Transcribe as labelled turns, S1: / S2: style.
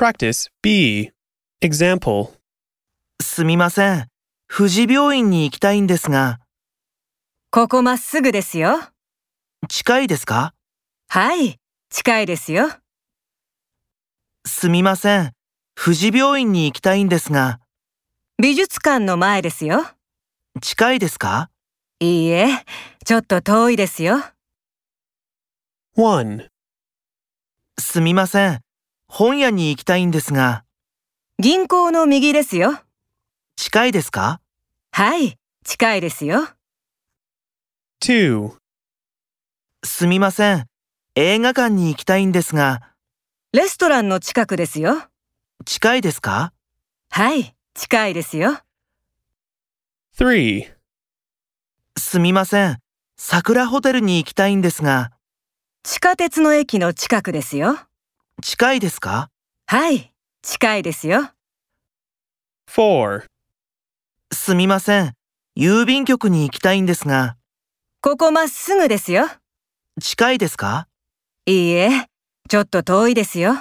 S1: Practice B. Example
S2: すみません。富士病院に行きたいんですが、
S3: ここまっすぐですよ。
S2: 近いですか
S3: はい、近いですよ。
S2: すみません。富士病院に行きたいんですが、
S3: 美術館の前ですよ。
S2: 近いですか
S3: いいえ、ちょっと遠いですよ。
S1: 1.
S2: すみません。本屋に行きたいんですが、
S3: 銀行の右ですよ。
S2: 近いですか
S3: はい、近いですよ。
S1: 2.
S2: すみません。映画館に行きたいんですが、
S3: レストランの近くですよ。
S2: 近いですか
S3: はい、近いですよ。
S1: 3.
S2: すみません。桜ホテルに行きたいんですが、
S3: 地下鉄の駅の近くですよ。
S2: 近いですか
S3: はい、近いですよ。
S1: 4.
S2: すみません。郵便局に行きたいんですが、
S3: ここまっすぐですよ。
S2: 近いですか
S3: いいえ、ちょっと遠いですよ。